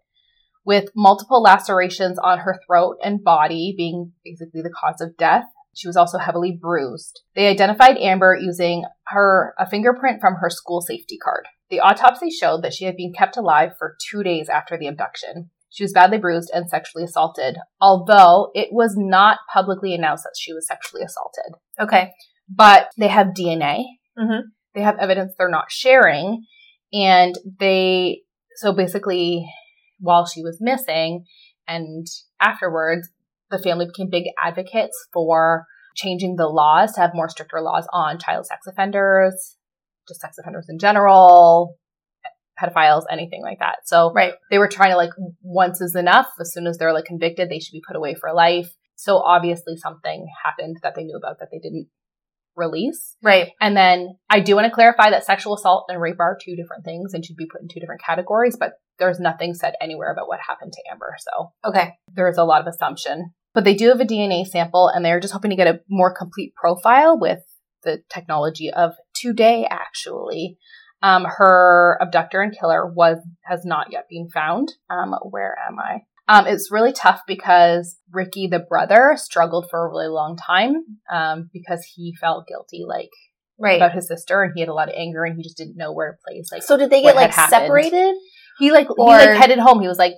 with multiple lacerations on her throat and body being basically the cause of death. She was also heavily bruised. They identified Amber using her a fingerprint from her school safety card. The autopsy showed that she had been kept alive for 2 days after the abduction. She was badly bruised and sexually assaulted, although it was not publicly announced that she was sexually assaulted. Okay. But they have DNA. Mhm. They have evidence they're not sharing, and they so basically while she was missing and afterwards, the family became big advocates for changing the laws to have more stricter laws on child sex offenders, just sex offenders in general, pedophiles, anything like that. So Right. they were trying to like once is enough. As soon as they're like convicted, they should be put away for life. So obviously something happened that they knew about that they didn't release. Right. And then I do want to clarify that sexual assault and rape are two different things and should be put in two different categories, but there's nothing said anywhere about what happened to Amber. So Okay. there's a lot of assumption. But they do have a DNA sample and they're just hoping to get a more complete profile with the technology of today, actually. Um, her abductor and killer was has not yet been found. Um, where am I? Um, it's really tough because Ricky, the brother, struggled for a really long time um, because he felt guilty, like Right. about his sister, and he had a lot of anger, and he just didn't know where to place. Like so did they what get like had happened. separated? he like or- Oh. he like headed home. He was like,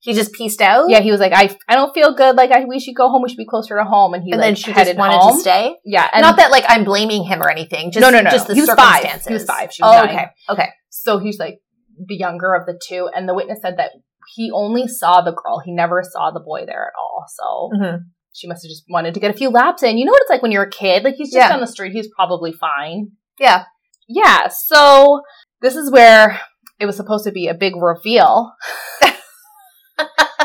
He just pieced out. Yeah, he was like, I, I don't feel good. Like, I, we should go home. We should be closer to home. And he and like then she headed just wanted home. to stay. Yeah, and Not that like I'm blaming him or anything. Just No, no, no, Just the no. He was five. He was circumstances. five. She was oh, nine. okay. Okay. so he's like the younger of the two. And the witness said that he only saw the girl. He never saw the boy there at all. So Mhm. she must have just wanted to get a few laps in. You know what it's like when you're a kid. Like he's just Yeah. on the street. He's probably fine. Yeah. Yeah. So this is where it was supposed to be a big reveal.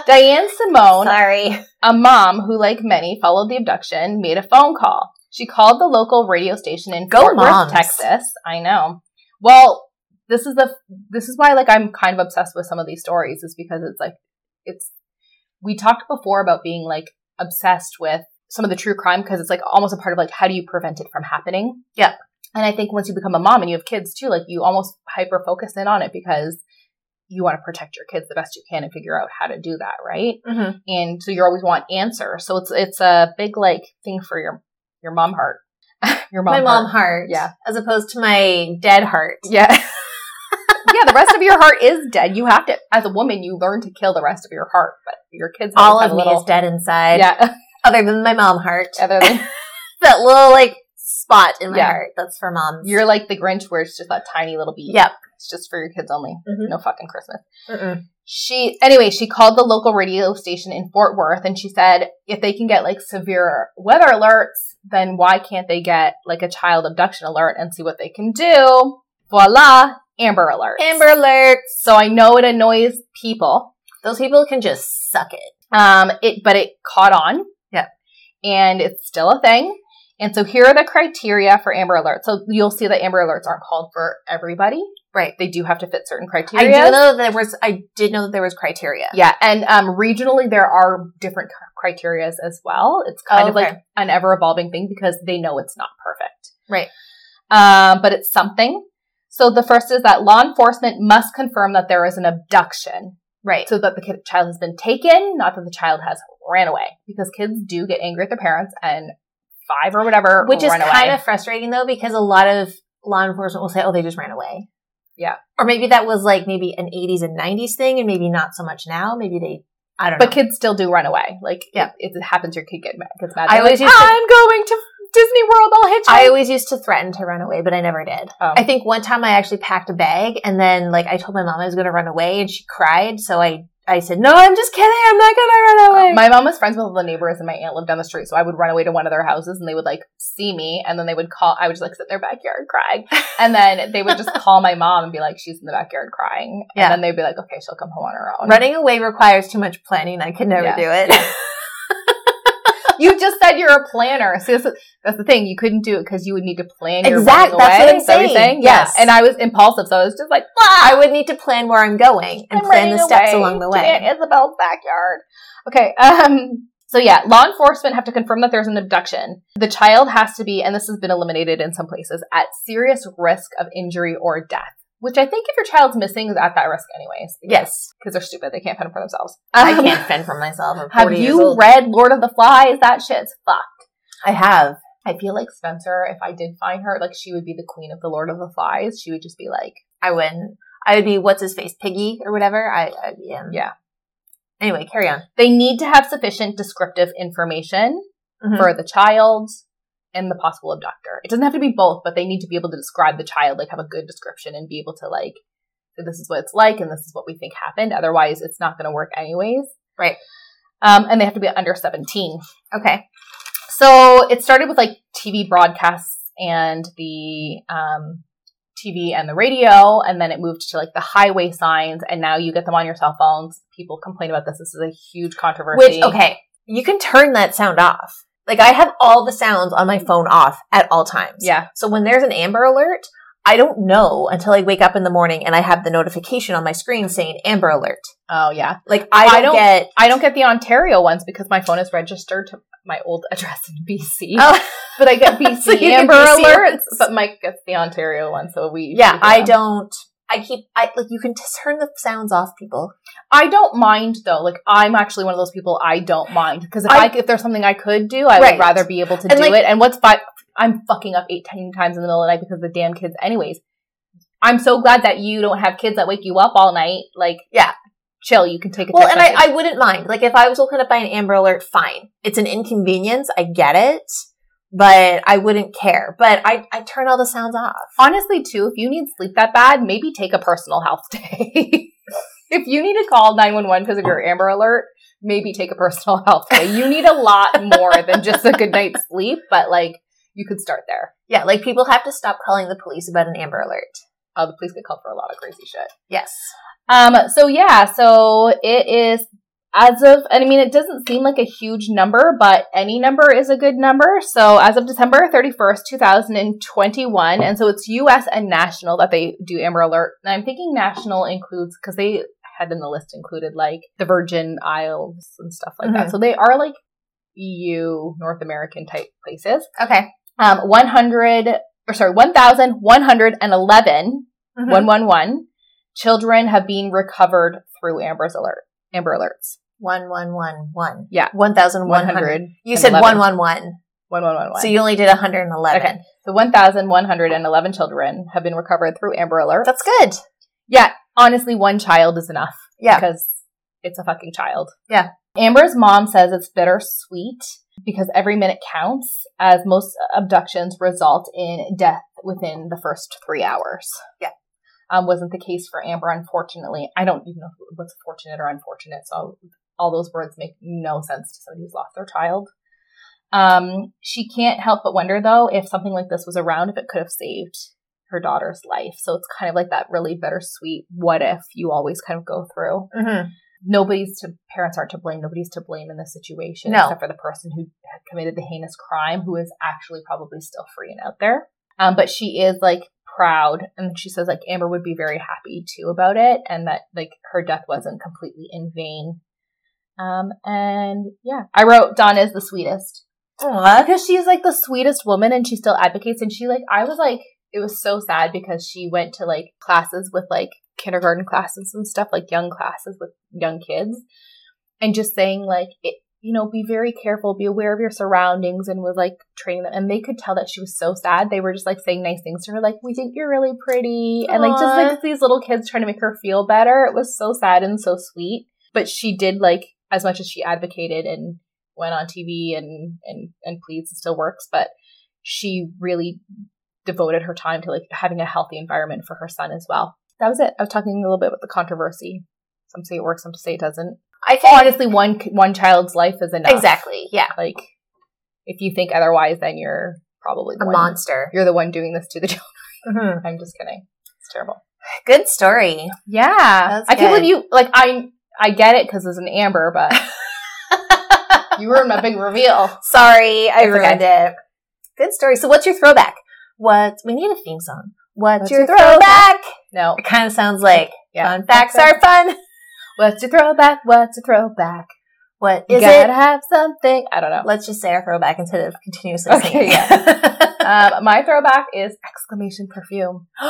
Diane Simone Sorry. a mom who, like many, followed the abduction, made a phone call. She called the local radio station in Go Fort Moms. Worth, Texas. I know. Well, this is the this is why like I'm kind of obsessed with some of these stories is because it's like it's we talked before about being like obsessed with some of the true crime because it's like almost a part of like how do you prevent it from happening? Yeah. And I think once you become a mom and you have kids too, like you almost hyper focus in on it because you want to protect your kids the best you can and figure out how to do that, right? Mm-hmm. and so you always want answers. So it's it's a big like thing for your your mom heart, your mom. My mom heart. Yeah. As opposed to my dead heart. Yeah, yeah. The rest of your heart is dead. You have to, as a woman, you learn to kill the rest of your heart, but your kids always All have of a me little, is dead inside. Yeah, Other than my mom heart. other than That little like spot in my Yeah. heart. That's for moms. you're like the Grinch, where it's just that tiny little bead. Yep. it's just for your kids only. Mhm. No fucking Christmas. Mm-mm. she anyway she called the local radio station in fort worth and she said if they can get like severe weather alerts then why can't they get like a child abduction alert and see what they can do voila amber alert Amber alert. so i know it annoys people Those people can just suck it. um it but it caught on Yeah. and it's still a thing and so here are the criteria for amber alerts so you'll see that amber alerts aren't called for everybody Right. they do have to fit certain I criteria do know that there was. I did know that there was criteria. Yeah, and um, regionally there are different criteria as well. It's kind Oh, of like okay. an ever evolving thing because they know it's not perfect, Right. Um, but it's something. So the first is that law enforcement must confirm that there is an abduction, Right. so that the kid, child has been taken, not that the child has ran away, because kids do get angry at their parents and five or whatever, Which is run away. kind of frustrating though, because a lot of law enforcement will say, "Oh, they just ran away." Yeah. Or maybe that was like maybe an '80s and '90s thing, and maybe not so much now. Maybe they. I don't but know. kids still do run away. Like Yeah. it, it happens. Your kid get mad, gets mad. I They're always like, used to- I'm going to Disney World. I'll hitchhike. I always used to threaten to run away, but I never did. Oh. I think one time I actually packed a bag, and then like I told my mom I was going to run away, and she cried. So I I said, "No, I'm just kidding. I'm not going to run away." My mom was friends with all the neighbors, and my aunt lived down the street, so I would run away to one of their houses, and they would like see me, and then they would call. I would just like sit in their backyard crying, and then they would just call my mom and be like, "She's in the backyard crying," and Yeah. then they'd be like, "Okay, she'll come home on her own." Running away requires too much planning. I could never Yeah. do it. You just said you're a planner. See, that's the, that's the thing. You couldn't do it because you would need to plan your Exact- running that's away. what I'm Is that you're saying. Yes. Yeah. And I was impulsive, so I was just like, I would need to plan where I'm going and I'm plan the running steps away along the to way. Aunt Isabel's backyard. Okay. Um. So yeah, law enforcement have to confirm that there's an abduction. The child has to be, and this has been eliminated in some places, at serious risk of injury or death. Which I think if your child's missing is at that risk anyways. Yes, Because they're stupid. They can't fend for themselves. I Um, can't fend for myself. I'm Have 40 years you old. read Lord of the Flies? That shit's fucked. I have. I feel like Spencer, if I did find her, like she would be the queen of the Lord of the Flies. She would just be like, I wouldn't. I would be what's his face, Piggy or whatever. I, I yeah. Yeah. Anyway, carry on. they need to have sufficient descriptive information Mhm. for the child and the possible abductor. It doesn't have to be both, but they need to be able to describe the child, like have a good description and be able to like this is what it's like and this is what we think happened. Otherwise, it's not going to work anyways. Right. Um, and they have to be under 17. okay. So it started with like TV broadcasts and the um, TV and the radio, and then it moved to like the highway signs, and now you get them on your cell phones. People complain about this. This is a huge controversy. Which okay, you can turn that sound off. Like I have all the sounds on my phone off at all times. Yeah. So when there's an Amber Alert, I don't know until I wake up in the morning and I have the notification on my screen saying Amber Alert. Oh yeah. Like I don't, I don't- get. I don't get the Ontario ones because my phone is registered to my old address in BC. Oh, But I get BC So you get Amber BC alerts. ones. But Mike gets the Ontario one, so we yeah, we I know. don't. I keep. I like you can t- turn the sounds off, people. I don't mind though. Like I'm actually one of those people I don't mind because if I- I, if there's something I could do, I Right. would rather be able to And, do like- it. And what's five? I'm fucking up eight, ten times in the middle of the night because of the damn kids. Anyways, I'm so glad that you don't have kids that wake you up all night. Like Yeah. chill. You can take a Well, text and I, message. I wouldn't mind. Like, if I was woken up by an Amber Alert, fine. It's an inconvenience. I get it. But I wouldn't care. But I, I turn all the sounds off. honestly too if you need sleep that bad maybe take a personal health day if you need to call 911 because of your amber alert maybe take a personal health day you need a lot more than just a good night's sleep but like you could start there Yeah, like people have to stop calling the police about an Amber Alert. oh the Um, police get called for a lot of crazy shit Yes. um so yeah so it is as of, and I mean, it doesn't seem like a huge number, but any number is a good number. So as of December 31st, 2021, and so it's US and national that they do Amber Alert. And I'm thinking national includes, because they had in the list included like the Virgin Isles and stuff like that. Mhm. So they are like EU, North American type places. Okay. Um, 100, or sorry, 1,111 Mhm. 111 children have been recovered through amber's alert amber alerts One one one one. Yeah. One thousand one hundred. 100 You said one 11. one one. 1111 So you only did hundred and eleven. Okay. so 1111 children have been recovered through amber alert That's good. honestly one child is enough Yeah. because it's a fucking child Yeah. amber's mom says it's bittersweet because every minute counts as most abductions result in death within the first three hours Yeah. um, wasn't the case for Amber, unfortunately. I don't even know what's fortunate or unfortunate, so all those words make no sense to somebody who's lost their child. Um, she can't help but wonder, though, if something like this was around, if it could have saved her daughter's life. So it's kind of like that really bittersweet what if you always kind of go through. Mm-hmm. Nobody's to, parents aren't to blame. Nobody's to blame in this situation No. except for the person who had committed the heinous crime who is actually probably still free and out there. Um, but she is like proud and she says like Amber would be very happy too about it and that like her death wasn't completely in vain. Um, and yeah, I wrote Donna is the sweetest because she's like the sweetest woman and she still advocates and she like i was like it was so sad because she went to like classes with like kindergarten classes and stuff like young classes with young kids and just saying like it, you know be very careful be aware of your surroundings and was like training them and they could tell that she was so sad they were just like saying nice things to her like we think you're really pretty and like just Aw. like these little kids trying to make her feel better it was so sad and so sweet but she did like as much as she advocated and went on TV and and and pleads and still works, but she really devoted her time to like having a healthy environment for her son as well. That was it. I was talking a little bit about the controversy. Some say it works, some say it doesn't. Oh, I think Honestly, one one child's life is enough. exactly. Yeah. Like if you think otherwise, then you're probably the A one- monster. You're the one doing this to the children. Mm-hmm. I'm just kidding. It's terrible. Good story. Yeah, was I can't good. believe you. Like I, I get it because it's an Amber, but you were my big reveal. Sorry, I It's okay. ruined it. Good story. So what's your throwback? What we need a theme song. What's, What's your, your throwback? No, It kind of sounds like Yeah. fun facts are fun. What's your throwback? What's your throwback? What You is gotta it? have something. I don't know. Let's just say our throwback instead of continuously Okay, singing. um, my throwback is exclamation perfume.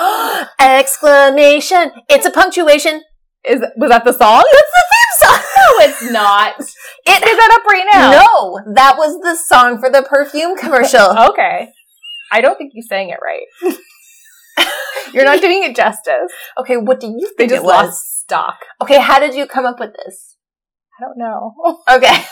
Exclamation! It's a punctuation. Is was that the song? It's the theme song. It's not. Is It, that up right now? no, that was the song for the perfume commercial. Oh. Okay. I don't think you sang it right. You're not doing it justice. Okay, what do you think They just it was? lost stock. Oh, Okay, how did you come up with this? I don't know. Okay,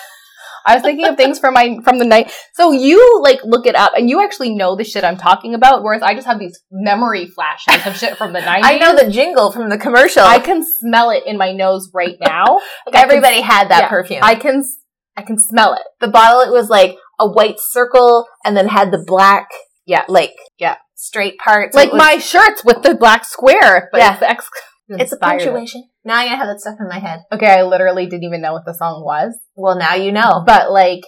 I was thinking of things from my from the night. So you like look it up and you actually know the shit I'm talking about, whereas I just have these memory flashes of shit from the 90s. I know the jingle from the commercial. I can smell it in my nose right now. Like, everybody had that yeah, perfume. I can s- I can smell it. the bottle, it was like a white circle, and then had the black, Yeah. like Yeah. straight parts. like It was- my shirts with the black square. But Yeah. it's, the ex- It's a inspired it. punctuation. Now I have that stuff in my head. Okay, I literally didn't even know what the song was, Well, now you know. but like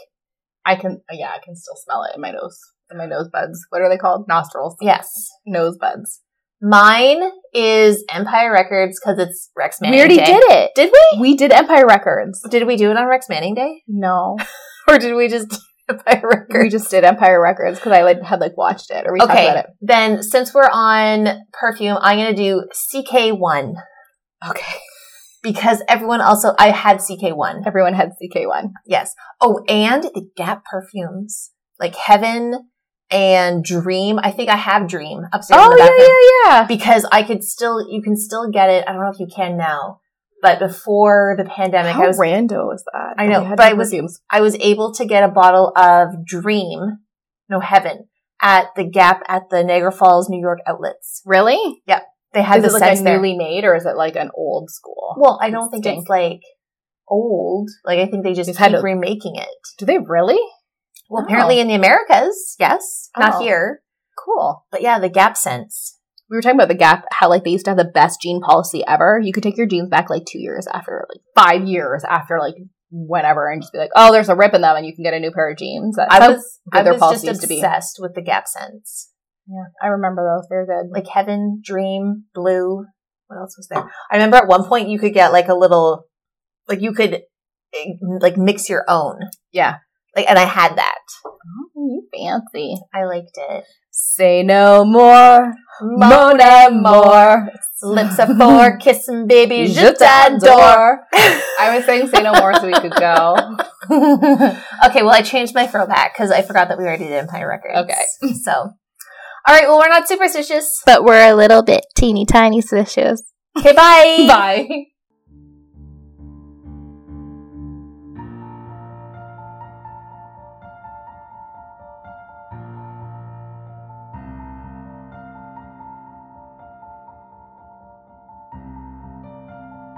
I can yeah, I can still smell it in my nose. In my nose buds. What are they called? Nostrils. Yes. Nose buds. Mine is Empire Records because it's Rex Manning we already Day. did it. Did we? We did Empire Records. Did we do it on Rex Manning Day? No. Or did we just do Empire we Records? just did Empire Records because I like, had like watched it or we talked about Okay, it. then since we're on perfume, I'm going to do CK1 Okay. because everyone also, I had CK1. Everyone had CK1. Yes. Oh, and the Gap perfumes like Heaven and Dream. I think I have Dream upstairs in the bathroom Oh yeah, yeah, yeah. because I could still, you can still get it. I don't know if you can now, but before the pandemic, I How was rando is that? I know, We had but I different was- perfumes. I was able to get a bottle of Dream, no Heaven, at the Gap at the Niagara Falls, New York outlets. really They had is the it like scents a there. newly made or is it like an old school? well, I don't think Stink. it's like old. Like I think they just Just had keep to- remaking it. do they really? Well, Oh. apparently in the Americas, yes, Oh. not here, Cool. but yeah, the Gap scents. We were talking about the Gap, how like they used to have the best jean policy ever. You could take your jeans back like two years after, like five years after like whenever and just be like, oh, there's a rip in them and you can get a new pair of jeans. That's I how was, good I their was just policy used to be. obsessed with the Gap scents. Yeah, I remember those. They're good. Like Heaven, Dream, Blue. What else was there? I remember at one point you could get like a little, like you could eh, like mix your own. Yeah. Like, and I had that. oh, you fancy. I liked it. Say no more, Mona more. Lips are four, kissing baby, je t'adore. t'adore. I was saying say no more so we could go. okay, well, I changed my throwback because I forgot that we already did Empire Records. Okay. So, all right, well, we're not superstitious. But we're a little bit teeny tiny suspicious. Okay, bye. Bye.